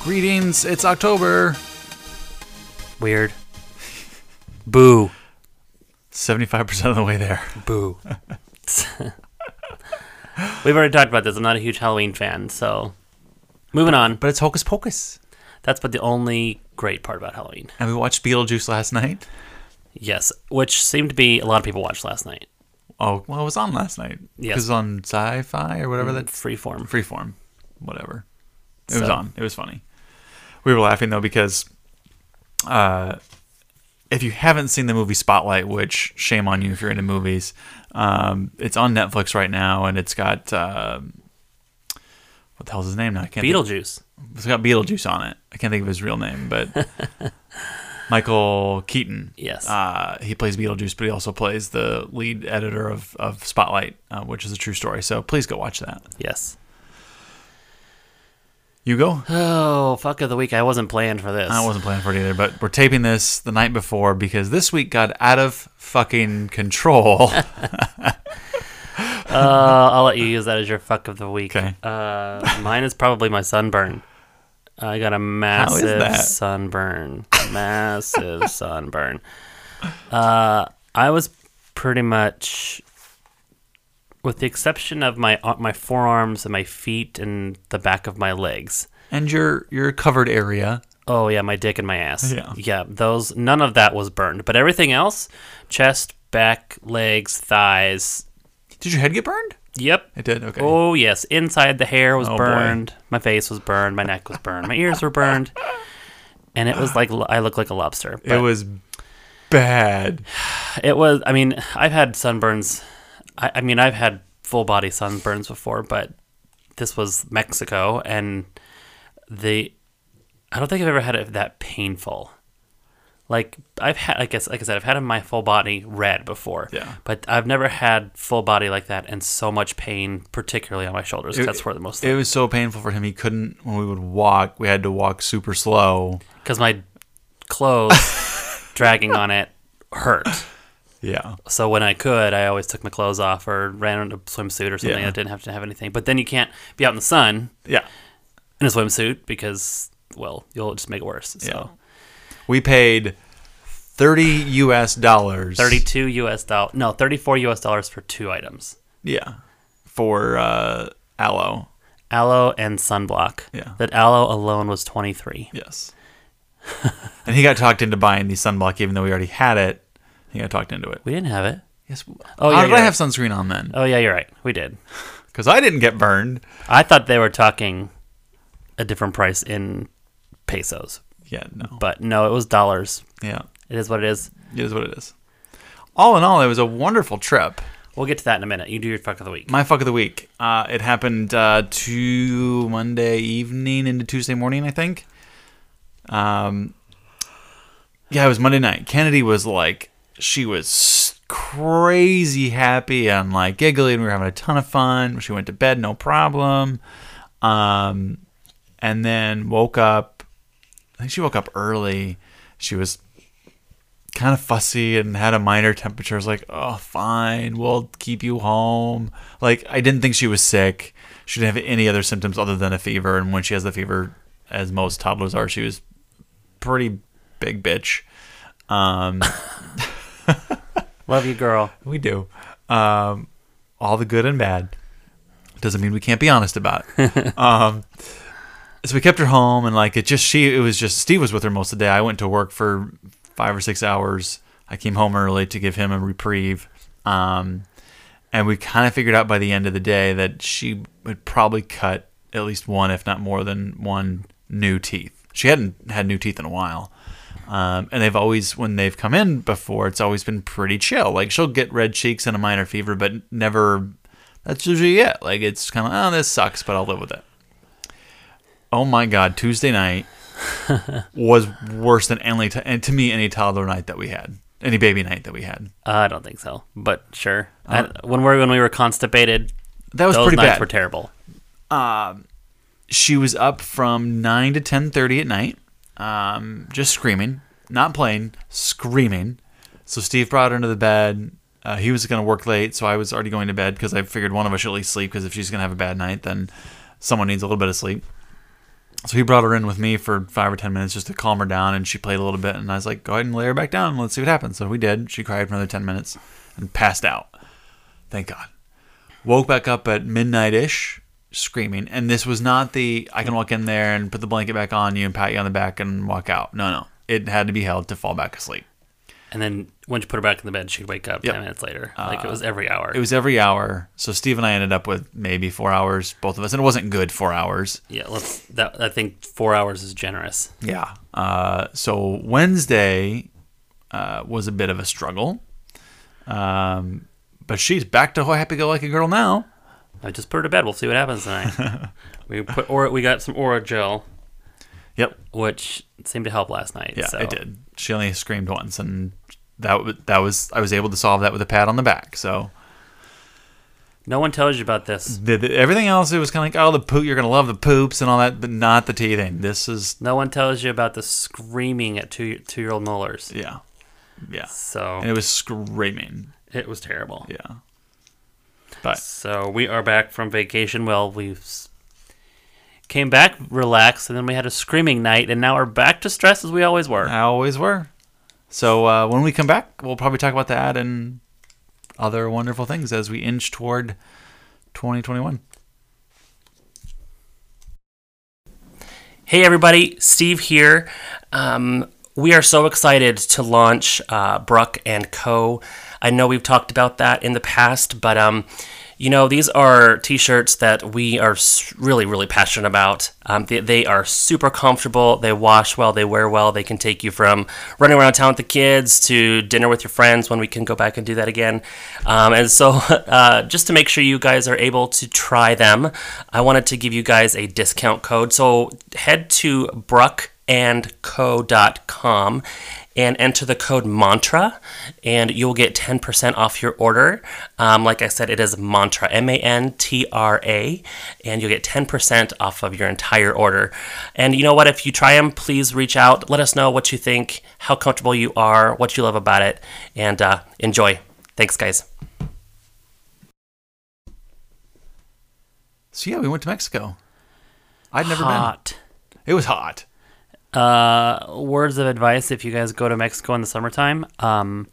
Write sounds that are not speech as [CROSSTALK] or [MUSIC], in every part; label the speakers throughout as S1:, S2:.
S1: Greetings, it's October.
S2: Weird. Boo.
S1: 75% of the way there.
S2: Boo. [LAUGHS] We've already talked about this. I'm not a huge Halloween fan, so moving on.
S1: But it's Hocus Pocus.
S2: That's but the only great part about Halloween.
S1: And we watched Beetlejuice last night.
S2: Yes, which seemed to be a lot of people watched last night.
S1: Oh, well, it was on last night.
S2: Yes.
S1: Because it's on sci fi or whatever that's
S2: Freeform.
S1: freeform, whatever. It was
S2: So-
S1: on. It was funny. We were laughing though because uh, if you haven't seen the movie Spotlight, which shame on you if you're into movies, um, it's on Netflix right now and it's got um what the hell's his name now? I can't. think-
S2: Beetlejuice.
S1: it's got Beetlejuice on it. I can't think of his real name,
S2: [LAUGHS]
S1: but Michael Keaton.
S2: Yes.
S1: Uh, he plays Beetlejuice, but he also plays the lead editor of, of Spotlight, uh, which is a true story. So please go watch that.
S2: Yes.
S1: You go.
S2: Oh, fuck of the week. I wasn't playing for this.
S1: I wasn't planning for it either, but we're taping this the night before because this week got out of fucking
S2: [LAUGHS]
S1: control.
S2: Uh, I'll let you use that as your fuck of the week.
S1: Okay.
S2: Uh, mine is probably my sunburn. I got a massive
S1: that?
S2: sunburn. Massive [LAUGHS] sunburn. Uh, I was pretty much, with the exception of my ar- my forearms and my feet and the back of my legs.
S1: and your your covered area.
S2: Oh yeah, my dick and my ass.
S1: Yeah.
S2: those none of that was burned, but everything else, chest, back, legs, thighs.
S1: Did your head get burned?
S2: Yep.
S1: It did. Okay.
S2: Oh yes, inside the hair was
S1: Oh, boy.
S2: burned, my face was burned, my neck was burned, my ears were burned, and it was like lo- I looked like a lobster. But
S1: it was bad.
S2: It was. I mean, I've had sunburns. I, I mean, I've had full body sunburns before, but this was Mexico, and the I don't think I've ever had it that painful. Like I've had, I guess, like I said, I've had my full body red before.
S1: Yeah.
S2: But I've never had full body like that and so much pain, particularly on my shoulders. 'cause that's where the most.
S1: It was so painful for him. He couldn't. When we would walk, we had to walk super slow.
S2: because my
S1: [LAUGHS]
S2: clothes dragging on it hurt.
S1: Yeah.
S2: So when I could, I always took my clothes off or ran in a swimsuit or something
S1: Yeah.
S2: that didn't have to have anything. But then you can't be out in the sun
S1: Yeah.
S2: in a swimsuit because, well, you'll just make it worse. So
S1: Yeah. We paid thirty U.S. dollars.
S2: 32 US dollars, no, 34 US dollars for two items
S1: Yeah. For uh, aloe.
S2: aloe and sunblock.
S1: Yeah.
S2: That aloe alone was 23.
S1: Yes. [LAUGHS] and he got talked into buying the sunblock, even though we already had it. He got talked into it.
S2: We didn't have it.
S1: Yes.
S2: Oh,
S1: Oh,
S2: yeah,
S1: How did
S2: you're
S1: I have sunscreen on then?
S2: Oh, yeah, you're right. We did.
S1: Because I didn't get burned.
S2: I thought they were talking a different price in pesos,
S1: Yeah, no.
S2: but no, it was dollars.
S1: Yeah,
S2: It is what it is.
S1: it is what it is. All in all, it was a wonderful trip.
S2: We'll get to that in a minute. You do your fuck of the week.
S1: My fuck of the week. Uh, it happened uh, to Monday evening into Tuesday morning, I think. Um, yeah, it was Monday night. Kennedy was like, she was crazy happy and like giggly, and we were having a ton of fun. She went to bed, no problem. Um, and then woke up. I think she woke up early. She was kind of fussy and had a minor temperature. I was like, oh, fine, we'll keep you home. Like, I didn't think she was sick. She didn't have any other symptoms other than a fever. And when she has the fever, as most toddlers are, she was pretty big bitch. Um,
S2: Love you, girl.
S1: we do. Um, all the good and bad. Doesn't mean we can't be honest about it. um, so we kept her home, and like it just she it was just Steve was with her most of the day. I went to work for five or six hours. I came home early to give him a reprieve. Um, and we kind of figured out by the end of the day that she would probably cut at least one, if not more than one, new teeth. She hadn't had new teeth in a while. Um, and they've always, when they've come in before, it's always been pretty chill. Like she'll get red cheeks and a minor fever, but never, that's usually it. Like it's kind of, oh, this sucks, but I'll live with it. Oh my God, Tuesday
S2: [LAUGHS]
S1: night was worse than any, t- and to me, any toddler night that we had, any baby night that we had.
S2: Uh, I don't think so, but sure. I, when we are when we were constipated,
S1: Uh, That was
S2: those
S1: pretty
S2: nights
S1: bad.
S2: were terrible.
S1: she was up from 9 to 10.30 at night um, just screaming not playing screaming so steve brought her into the bed uh, he was going to work late so i was already going to bed because i figured one of us should at least sleep because if she's going to have a bad night then someone needs a little bit of sleep So he brought her in with me for five or ten minutes just to calm her down, and she played a little bit. And I was like, "Go ahead and lay her back down. and Let's see what happens." So we did. She cried for another ten minutes and passed out. Thank God. Woke back up at midnight ish, screaming. And this was not the I can walk in there and put the blanket back on you and pat you on the back and walk out. No, no, it had to be held to fall back asleep.
S2: And then once you put her back in the bed, she'd wake up
S1: Yep. Uh,
S2: ten minutes later. like it was every hour.
S1: It was every hour. So Steve and I ended up with maybe four hours, both of us, and it wasn't good four hours.
S2: yeah, let's. That I think four hours is generous.
S1: Yeah. Uh, so Wednesday uh, was a bit of a struggle, um, but she's back to happy-go-lucky girl now.
S2: I just put her to bed. We'll see what happens
S1: [LAUGHS]
S2: tonight. we put or we got some Aura gel,
S1: Yep.
S2: which seemed to help last night.
S1: Yeah,
S2: so.
S1: it did. She only screamed once, and that wa- that was I was able to solve that with a pat on the back. So
S2: No one tells you about this.
S1: the, the, everything else, it was kind of like, oh, the poop, you're gonna love the poops and all that, but not the teething. This is
S2: No one tells you about the screaming at two two year old molars.
S1: yeah, yeah.
S2: So
S1: And it was screaming.
S2: it was terrible.
S1: Yeah. But
S2: So we are back from vacation. Well, we s- came back relaxed, and then we had a screaming night, and now we're back to stress as we always were.
S1: I always were. So uh, when we come back, we'll probably talk about that and other wonderful things as we inch toward 2021.
S3: Hey everybody, Steve here. Um, we are so excited to launch uh, Bruck and Co. I know we've talked about that in the past, but um, you know these are T-shirts that we are s- really, really passionate about. Um, they, they are super comfortable. They wash well. They wear well. They can take you from running around town with the kids to dinner with your friends when we can go back and do that again. Um, and so, [LAUGHS] uh, just to make sure you guys are able to try them, I wanted to give you guys a discount code. So head to bruckandco.com and enter the code mantra and you'll get 10% off your order um, like i said it is mantra m-a-n-t-r-a and you'll get 10% off of your entire order and you know what if you try them please reach out let us know what you think how comfortable you are what you love about it and uh, enjoy thanks guys
S1: So yeah, we went to Mexico. I'd never
S2: Hot.
S1: been. It was hot.
S2: Uh, words of advice if you guys go to Mexico in the summertime. Um,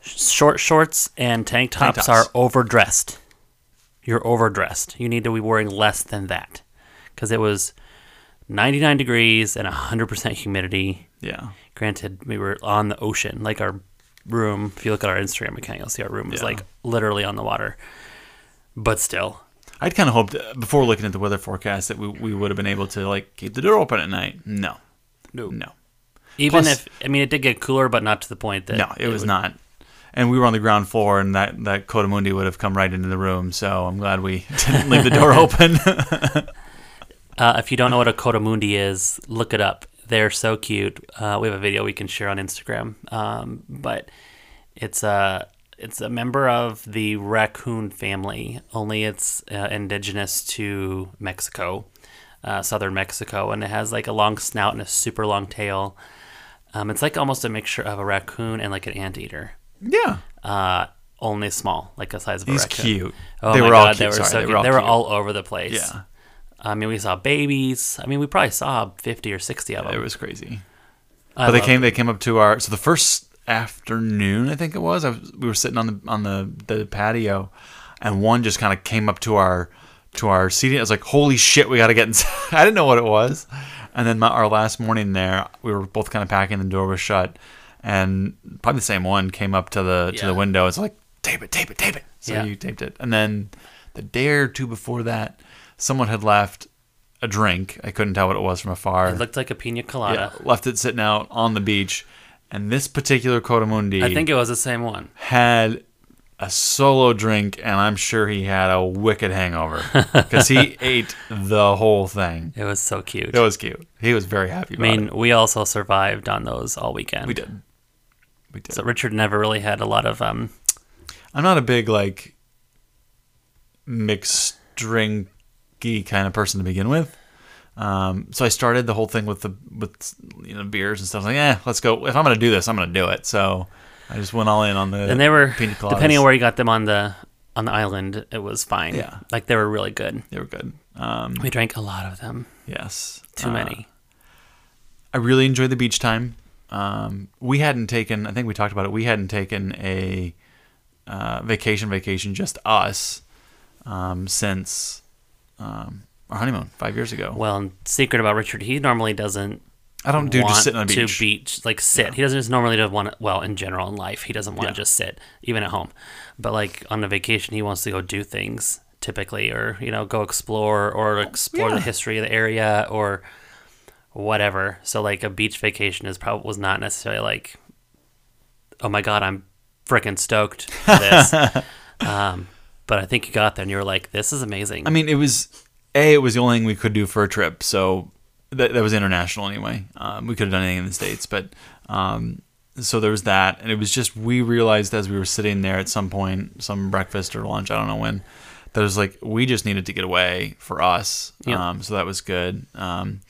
S2: sh- short shorts and tank
S1: Tank
S2: tops,
S1: tops.
S2: are overdressed. You're overdressed. You need to be wearing less than that because it was 99 degrees and 100% humidity.
S1: Yeah.
S2: Granted, we were on the ocean. Like our room, if you look at our Instagram account, you'll see our room was
S1: Yeah.
S2: like literally on the water. But still,
S1: I'd kind of hoped uh, before looking at the weather forecast that we, we would have been able to like keep the door open at night. No.
S2: No.
S1: No.
S2: even
S1: Plus-
S2: if I mean it did get cooler, but not to the point that
S1: No, it, was
S2: would-
S1: not. And we were on the ground floor, and that that Kodamundi would have come right into the room. So I'm glad we [LAUGHS] didn't leave the
S2: [LAUGHS]
S1: door open.
S2: Uh, if you don't know what a Kodamundi is, look it up. They're so cute. Uh, we have a video we can share on Instagram. Um, but it's a it's a member of the raccoon family. Only it's uh, indigenous to Mexico, uh, southern Mexico, and it has like a long snout and a super long tail. Um, it's like almost a mixture of a raccoon and like an anteater.
S1: yeah,
S2: Uh, only small, like the size of
S1: he's
S2: a raccoon.
S1: cute.
S2: Oh
S1: they
S2: my
S1: were
S2: god,
S1: all cute.
S2: they were
S1: Sorry,
S2: so
S1: they
S2: cute.
S1: were all
S2: they were
S1: cute.
S2: all over the place.
S1: Yeah.
S2: I mean, we saw babies. I mean, we probably saw fifty or sixty of them.
S1: It was crazy.
S2: I
S1: but they
S2: love
S1: came. They came up to our. So the first afternoon, I think it was, I was we were sitting on the on the, the patio, and one just kind of came up to our to our seating. I was like, "Holy shit, we got to get inside!" [LAUGHS] I didn't know what it was. And then my, our last morning there, we were both kind of packing. The door was shut, and probably the same one came up to the to
S2: Yeah.
S1: the window. It's like tape it, tape it, tape it. So
S2: Yeah.
S1: you taped it, and then the day or two before that, someone had left a drink. I couldn't tell what it was from afar.
S2: It looked like a pina colada.
S1: Yeah, Uh, left it sitting out on the beach. And this particular Kodamundi
S2: I think it was the same one.
S1: had a solo drink, and I'm sure he had a wicked hangover because
S2: [LAUGHS]
S1: he ate the whole thing.
S2: It was so cute.
S1: It was cute. He was very happy.
S2: I
S1: About
S2: mean,
S1: it.
S2: we also survived on those all weekend.
S1: we did. We did.
S2: So Richard never really had a lot of um.
S1: I'm not a big like mixed drinky kind of person to begin with. Um, so I started the whole thing with the with you know beers and stuff. Like, eh, let's go. If I'm gonna do this, I'm gonna do it. So I just went all in on the.
S2: And they were
S1: pina coladas.
S2: depending on where you got them on the on the island, it was fine.
S1: Yeah.
S2: like they were really good.
S1: They were good. Um,
S2: We drank a lot of them.
S1: Yes.
S2: Too
S1: Uh,
S2: many.
S1: I really enjoyed the beach time. Um, we hadn't taken, I think we talked about it. We hadn't taken a uh, vacation, vacation, just us, um, since um, our honeymoon five years ago.
S2: Well, and secret about Richard, he normally doesn't.
S1: I don't do
S2: want
S1: just sitting on the beach.
S2: To beach, like sit. He doesn't just normally doesn't want to, well, in general in life, he doesn't want
S1: Yeah.
S2: to just sit, even at home. But like on a vacation, he wants to go do things typically, or, you know, go explore or explore the
S1: Oh, yeah.
S2: history of the area or whatever. So like a beach vacation is probably was not necessarily like, oh my God, I'm freaking stoked for this.
S1: [LAUGHS]
S2: um, but I think you got there and you were like, this is amazing.
S1: I mean, it was a. It was the only thing we could do for a trip, so that, that was international anyway. Um, we could have done anything in the states, but um, so there was that, and it was just we realized as we were sitting there at some point, some breakfast or lunch, I don't know when, that it was like we just needed to get away for us.
S2: Yeah.
S1: Um, so that was good. Um,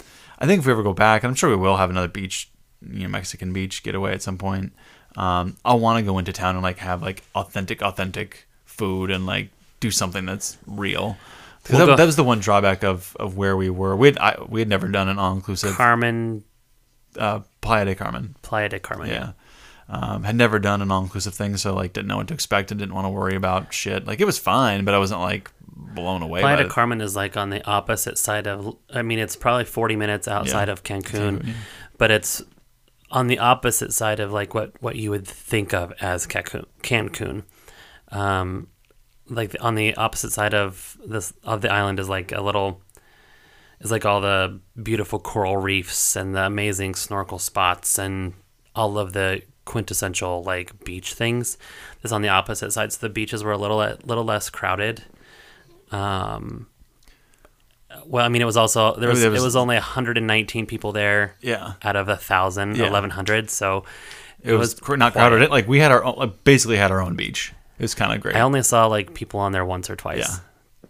S1: I think if we ever go back, and I'm sure we will have another beach, you know, Mexican beach getaway at some point. Um, I want to go into town and like have like authentic, authentic food and like do something that's real. 'Cause
S2: We'll
S1: that,
S2: go-
S1: that was the one drawback of, of where we were. We had, I, we had never done an all inclusive
S2: Carmen
S1: uh, Playa de Carmen.
S2: Playa de Carmen.
S1: Yeah. Um, had never done an all inclusive thing, so like didn't know what to expect and didn't want to worry about shit. Like it was fine, but I wasn't like blown away.
S2: Playa
S1: by
S2: de
S1: it.
S2: Carmen is like on the opposite side of. I mean, it's probably forty minutes outside
S1: Yeah.
S2: of Cancun, but it's on the opposite side of like what what you would think of as Cancun. Cancun, um, like on the opposite side of this of the island is like a little. Is like all the beautiful coral reefs and the amazing snorkel spots and all of the quintessential like beach things. This on the opposite side, so the beaches were a little le- little less crowded. Um, well, I mean, it was also there was,
S1: Oh, there was-
S2: it was only 119 people there
S1: Yeah.
S2: out of a thousand,
S1: Yeah.
S2: 1100. So
S1: It, was, cr not
S2: quiet.
S1: crowded. It like we had our own, like, basically had our own beach. It was kind of great.
S2: I only saw like people on there once or twice.
S1: Yeah.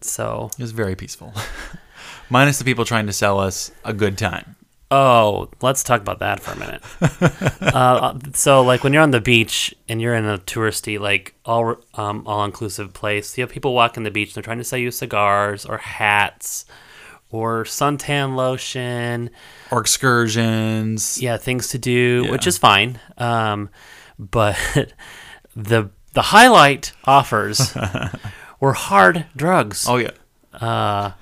S2: So
S1: It was very peaceful. [LAUGHS] Minus the people trying to sell us a good time.
S2: Oh, let's talk about that for
S1: [LAUGHS]
S2: a minute. uh, so, like when you're on the beach and you're in a touristy, like all um, all inclusive place, you have people walking the beach. And they're trying to sell you cigars or hats or suntan lotion.
S1: Or excursions.
S2: Yeah, things to do, which
S1: Yeah.
S2: is fine. Um, but [LAUGHS] the the highlight
S1: [LAUGHS]
S2: offers were hard drugs,
S1: Oh yeah.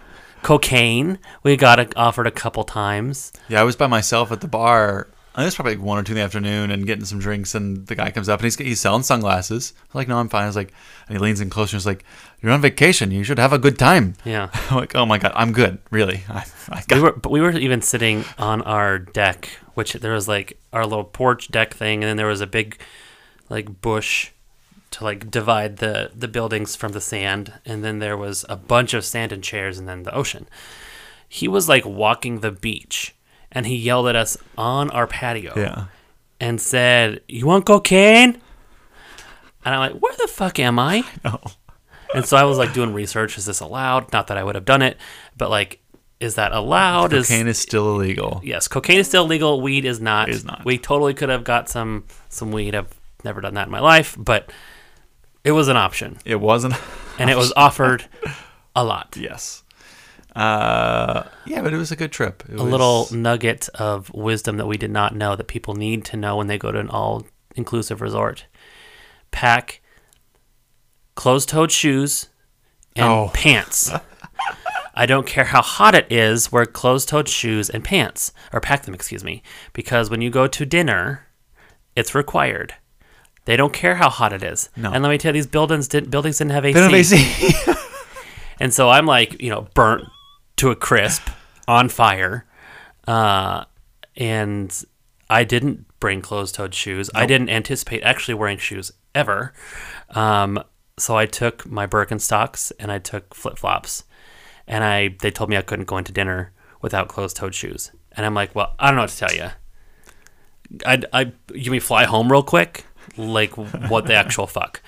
S2: cocaine. We got it offered a couple times.
S1: Yeah, I was by myself at the bar. It was probably like one or two in the afternoon and getting some drinks and the guy comes up and he's he's selling sunglasses. I'm like, no, I'm fine. I was like and he leans in closer and is like, You're on vacation, you should have a good time.
S2: Yeah.
S1: [LAUGHS] I'm like, oh my god, I'm good, really. I, I got
S2: we were but we were even sitting on our deck which there was like our little porch deck thing and then there was a big like bush to like divide the the buildings from the sand and then there was a bunch of sand and chairs and then the ocean he was like walking the beach and he yelled at us on our patio
S1: Yeah. [LAUGHS]
S2: and said you want cocaine and i'm like where the fuck am i
S1: No.
S2: and so I was like doing research. Is this allowed? Not that I would have done it, but like, is that allowed?
S1: Cocaine
S2: Is
S1: is still illegal.
S2: yes, cocaine is still legal. Weed is not.
S1: Is not.
S2: We totally could have got some some weed. I've never done that in my life, but it was an option,
S1: It wasn't
S2: and it
S1: [LAUGHS]
S2: was offered a lot.
S1: Yes. Uh yeah, but it was a good trip. It
S2: A little nugget of wisdom that we did not know that people need to know when they go to an all inclusive resort: pack closed-toed shoes and
S1: Oh. [LAUGHS]
S2: pants. I don't care how hot it is, wear closed toed shoes and pants, or pack them, excuse me, because when you go to dinner, it's required. They don't care how hot it is.
S1: No.
S2: And let me tell you, these buildings didn't, buildings didn't have AC.
S1: Didn't have AC.
S2: And so I'm like, you know, burnt to a crisp, on fire. Uh, and I didn't bring closed toed shoes. I didn't anticipate actually wearing shoes ever. Um, so I took my Birkenstocks and I took flip flops. And I they told me I couldn't go into dinner without closed toed shoes. And I'm like, well, I don't know what to tell you. I, I, you mean fly home real quick? Like, what the actual fuck?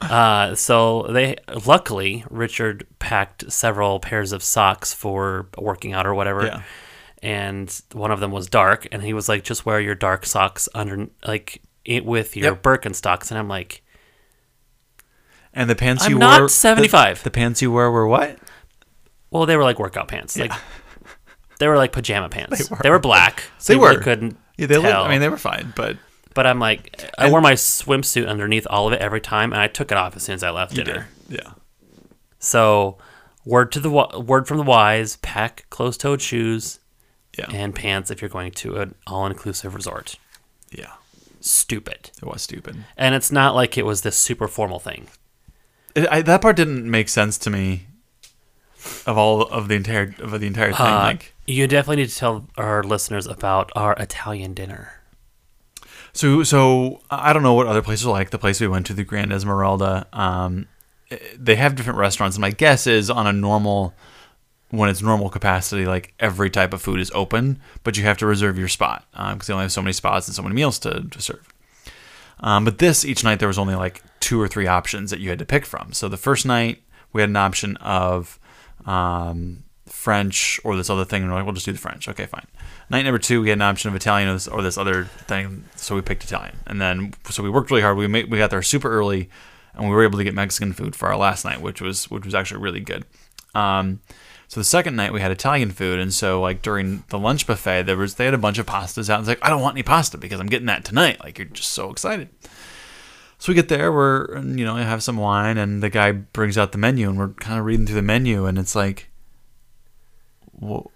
S2: Uh, so they luckily Richard packed several pairs of socks for working out or whatever,
S1: Yeah.
S2: and one of them was dark, and he was like, "Just wear your dark socks under like it with your
S1: Yep.
S2: Birkenstocks," and I'm like,
S1: [LAUGHS] And the pants
S2: I'm
S1: you
S2: not
S1: wore the-
S2: 75.
S1: The, pants you wore were what?
S2: "Well, [LAUGHS] they were like workout pants, like they were like pajama pants.
S1: They
S2: They
S1: were. [LAUGHS]
S2: were, black. so
S1: They
S2: you really
S1: were.
S2: couldn't.
S1: Yeah, they look,
S2: tell.
S1: I mean, they were fine, but
S2: but I'm like, I
S1: And-
S2: wore my swimsuit underneath all of it every time, and I took it off as soon as I left
S1: you
S2: dinner.
S1: did. Yeah.
S2: So, word to the wi- word from the wise: pack closed-toed shoes
S1: Yeah.
S2: and pants if you're going to an all-inclusive resort.
S1: yeah.
S2: Stupid.
S1: It was stupid.
S2: And it's not like it was this super formal thing.
S1: It, I, that part didn't make sense to me of all of the entire of the entire thing.
S2: Uh,
S1: like,
S2: you definitely need to tell our listeners about our Italian dinner.
S1: So, so I don't know what other places are like. The place we went to, the Grand Esmeralda, um, eh, they have different restaurants. And my guess is on a normal, when it's normal capacity, like every type of food is open, but you have to reserve your spot because they only have so many spots and so many meals to, to serve. Um, but this each night there was only like two or three options that you had to pick from. So the first night we had an option of um, French or this other thing, and we're like, we'll just do the French. Okay, fine. Night number two we had an option of Italian or this, or this other thing, so we picked Italian. And then so we worked really hard. We made, we got there super early, and we were able to get Mexican food for our last night, which was which was actually really good. Um, so the second night we had Italian food, and so like during the lunch buffet, there was they had a bunch of pastas out. And it's like I don't want any pasta because I'm getting that tonight. Like you're just so excited. So we get there, we're and, you know I have some wine, and the guy brings out the menu, and we're kind of reading through the menu, and it's like, wh-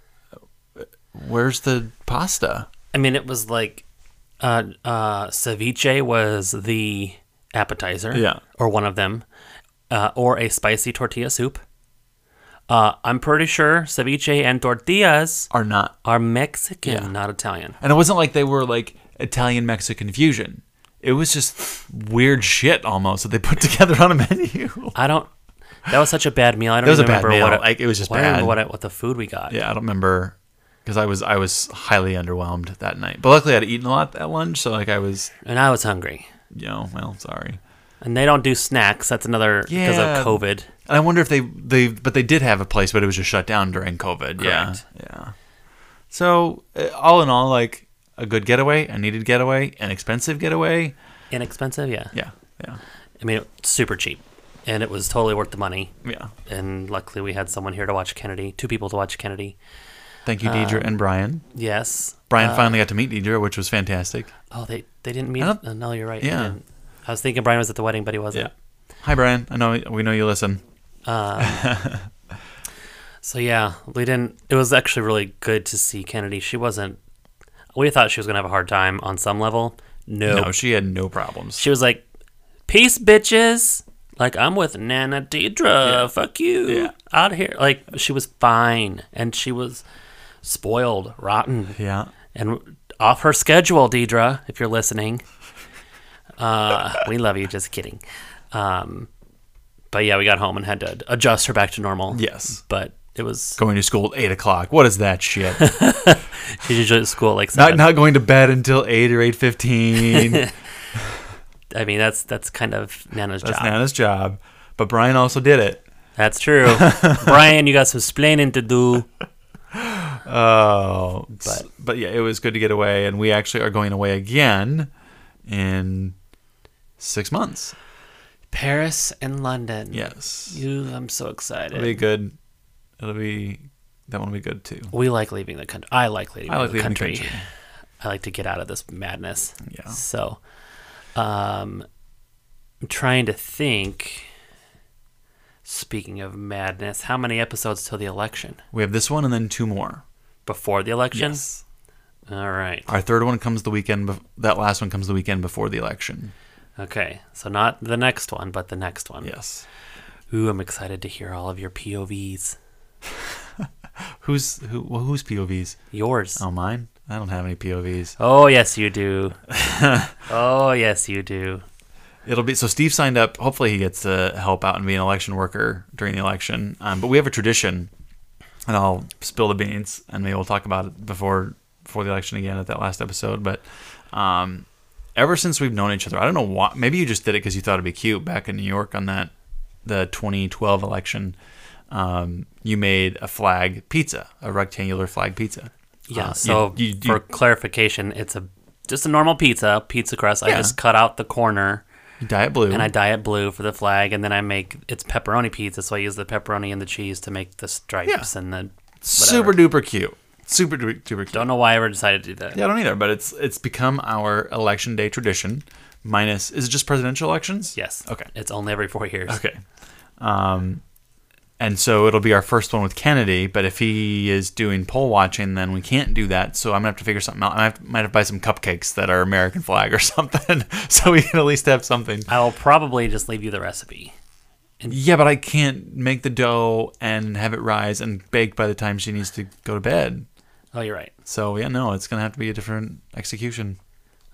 S1: where's the pasta?
S2: I mean, it was like uh, uh, ceviche was the appetizer,
S1: Yeah.
S2: or one of them, uh, or a spicy tortilla soup. Uh, I'm pretty sure ceviche and tortillas
S1: Are not,
S2: are Mexican, not Italian.
S1: and it wasn't like they were like Italian Mexican fusion. It was just weird shit almost that they put [LAUGHS] together on a menu. [LAUGHS]
S2: I don't. That was such a bad meal. I don't
S1: was
S2: even
S1: a bad
S2: remember
S1: meal.
S2: what. It,
S1: Like, it was just
S2: I don't remember
S1: bad.
S2: what, it- what the food we got.
S1: Yeah, I don't remember because I was I was highly underwhelmed that night. But luckily, I'd eaten a lot at lunch, so like I was,
S2: and I was hungry.
S1: you know, well, sorry.
S2: And they don't do snacks. That's another because
S1: Yeah.
S2: of COVID.
S1: And I wonder if they they but they did have a place, but it was just shut down during COVID. Yeah,
S2: Correct.
S1: yeah. So uh, all in all, like a good getaway, a needed getaway, an expensive getaway.
S2: Inexpensive, yeah.
S1: Yeah, yeah,
S2: I mean, it's super cheap, and it was totally worth the money.
S1: yeah.
S2: And luckily, we had someone here to watch Kennedy. Two people to watch Kennedy.
S1: Thank you, Deidre and Brian.
S2: Yes.
S1: Brian finally got to meet Deidre, which was fantastic.
S2: Oh, they they didn't meet.
S1: I don't-
S2: uh, no, you're right. they
S1: Yeah.
S2: didn't. I was thinking Brian was at the wedding, but he wasn't.
S1: Hi, Brian. I know we know you listen.
S2: So yeah, we didn't. It was actually really good to see Kennedy. She wasn't. We thought she was gonna have a hard time on some level. No,
S1: No, she had no problems.
S2: she was like, "Peace, bitches." Like I'm with Nana Deidre. Fuck you.
S1: Yeah.
S2: Out here. Like she was fine, and she was spoiled, rotten,
S1: yeah.
S2: and off her schedule. Deidre, if you're listening, uh, we love you. Just kidding. Um, but yeah, we got home and had to adjust her back to normal.
S1: Yes.
S2: but it was
S1: Going to school at eight o'clock. What is that shit? [LAUGHS]
S2: she's usually at school at, like
S1: not
S2: seven.
S1: not going to bed until eight or eight fifteen.
S2: I mean, that's that's kind of Nana's
S1: That's
S2: job.
S1: Nana's job. But Brian also did it.
S2: That's
S1: [LAUGHS]
S2: true. Brian, you got some splaining to do.
S1: Oh, but but yeah, it was good to get away, and we actually are going away again in six months.
S2: Paris and London.
S1: Yes,
S2: You, I'm so excited.
S1: it'll be good. It'll be that one will be good too.
S2: we like leaving the country. I like leaving,
S1: I like
S2: the,
S1: leaving the
S2: country.
S1: country.
S2: I like to get out of this madness.
S1: Yeah.
S2: So, um, I'm trying to think. Speaking of madness, how many episodes till the election?
S1: We have this one and then two more.
S2: Before the election? All right.
S1: Our third one comes the weekend. Bef- that last one comes the weekend before the election.
S2: Okay. So not the next one, but the next one.
S1: Yes.
S2: Ooh, I'm excited to hear all of your POVs.
S1: Who's who? Well, who's POVs?
S2: Yours.
S1: Oh, mine. I don't have any POVs.
S2: Oh yes,
S1: [LAUGHS]
S2: you do. oh yes, you do.
S1: It'll be so. Steve signed up. Hopefully, he gets to help out and be an election worker during the election. Um, but we have a tradition, and I'll spill the beans, and maybe we'll talk about it before before the election again at that last episode. But um, ever since we've known each other, I don't know why. Maybe you just did it because you thought it'd be cute back in New York on that the 2012 election. Um, you made a flag pizza, a rectangular flag pizza.
S2: Yeah.
S1: Uh,
S2: so
S1: you- you- you-
S2: for clarification, it's a just a normal pizza, pizza crust.
S1: Yeah.
S2: I just cut out the corner
S1: Diet blue,
S2: and I dye it blue for the flag, and then I make it's pepperoni pizza. So I use the pepperoni and the cheese to make the stripes and the whatever.
S1: super duper cute. Super du- duper cute.
S2: Don't know why I ever decided to do that.
S1: Yeah, I don't either, but it's it's become our election day tradition. Minus, is it just presidential elections?
S2: Yes.
S1: Okay.
S2: It's only every four years.
S1: Okay. Um, and so it'll be our first one with Kennedy, but if he is doing poll watching, then we can't do that. So I'm gonna have to figure something out. I might have, might have to buy some cupcakes that are American flag or [LAUGHS] something, so we can at least have something.
S2: I will probably just leave you the recipe.
S1: Yeah, but I can't make the dough and have it rise and bake by the time she needs to go to bed.
S2: Oh, you're right.
S1: So yeah, no, it's gonna have to be a different execution,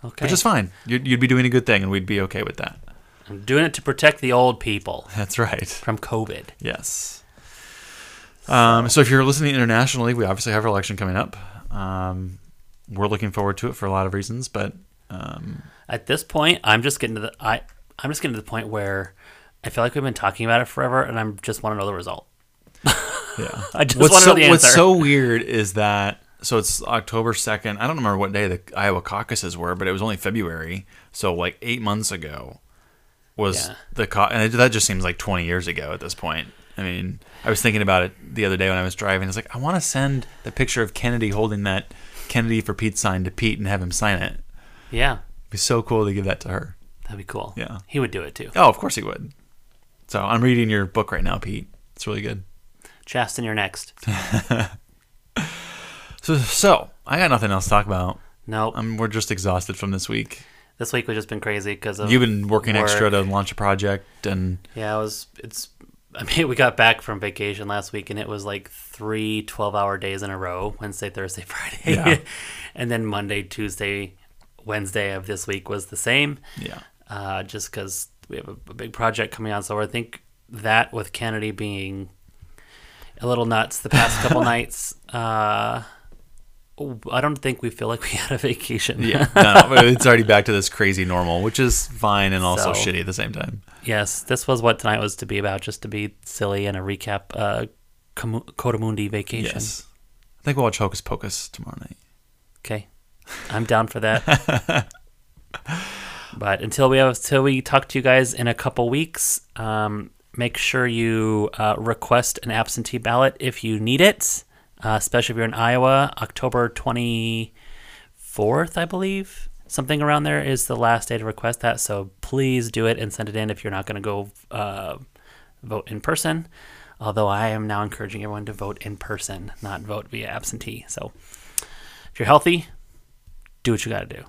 S2: Okay.
S1: which is fine. You'd, you'd be doing a good thing, and we'd be okay with that. [LAUGHS]
S2: I'm doing it to protect the old people
S1: That's right.
S2: from COVID.
S1: Yes. Um, so if you're listening internationally, we obviously have our election coming up. Um, we're looking forward to it for a lot of reasons, but um,
S2: At this point, I'm just getting to the I I'm just getting to the point where I feel like we've been talking about it forever, and I'm just want to know the result.
S1: yeah.
S2: I just
S1: what's
S2: want
S1: so,
S2: to know the
S1: what's
S2: answer.
S1: so weird is that so it's October second. I don't remember what day the Iowa caucuses were, but it was only February, so like eight months ago was
S2: Yeah.
S1: the cau and it, that just seems like twenty years ago at this point. I mean, I was thinking about it the other day when I was driving. It's like I want to send the picture of Kennedy holding that Kennedy for Pete sign to Pete and have him sign it.
S2: yeah,
S1: It'd be so cool to give that to her.
S2: that'd be cool.
S1: Yeah.
S2: he would do it too.
S1: Oh, of course he would. So I'm reading your book right now, Pete. It's really good.
S2: Chasten, you're next.
S1: So, so I got nothing else to talk about.
S2: Nope.
S1: Um, we're just exhausted from this week.
S2: this week was just been crazy because of
S1: You've been working
S2: work.
S1: extra to launch a project, and
S2: Yeah, it was. It's. I mean, [LAUGHS] we got back from vacation last week, and it was like three 12-hour days in a row: Wednesday, Thursday, [LAUGHS] Friday,
S1: Yeah.
S2: and then Monday, Tuesday, Wednesday of this week was the same.
S1: yeah,
S2: uh, just because we have a, a big project coming on. So I think that with Kennedy being a little nuts the past
S1: [LAUGHS]
S2: couple nights, uh, I don't think we feel like we had a vacation.
S1: yeah. No, but it's already back to this crazy normal, which is fine and also
S2: So-
S1: shitty at the same time.
S2: [LAUGHS] yes, this was what tonight was to be about, just to be silly and a recap. Uh, Kamu- Kodamundi vacation.
S1: Yes, I think we'll watch Hocus Pocus tomorrow night.
S2: Okay, I'm down for that. but until we have, until we talk to you guys in a couple weeks, um, make sure you uh, request an absentee ballot if you need it, uh, especially if you're in Iowa. October 24th, I believe, something around there is the last day to request that. So please do it and send it in if you're not going to go uh, vote in person. Although I am now encouraging everyone to vote in person, not vote via absentee. So. If you're healthy, do what you got to do.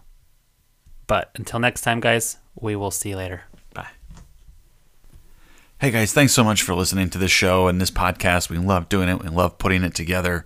S2: But until next time, guys, we will see you later.
S1: Bye. Hey guys, thanks so much for listening to this show and this podcast. We love doing it. We love putting it together.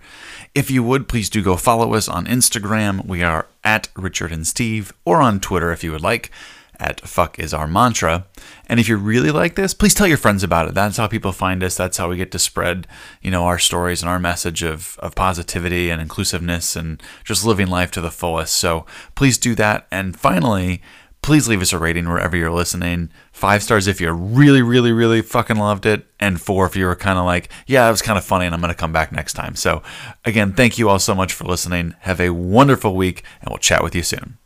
S1: If you would, please do go follow us on Instagram. We are at Richard and Steve, or on Twitter if you would like, at Fuck Is Our Mantra. And if you really like this, please tell your friends about it. That's how people find us. That's how we get to spread, you know, our stories and our message of, of positivity and inclusiveness and just living life to the fullest. So please do that. And finally, please leave us a rating wherever you're listening. Five stars if you really, really, really fucking loved it, and four if you were kind of like, yeah, it was kind of funny, and I'm gonna come back next time. So, again, thank you all so much for listening. Have a wonderful week, and we'll chat with you soon.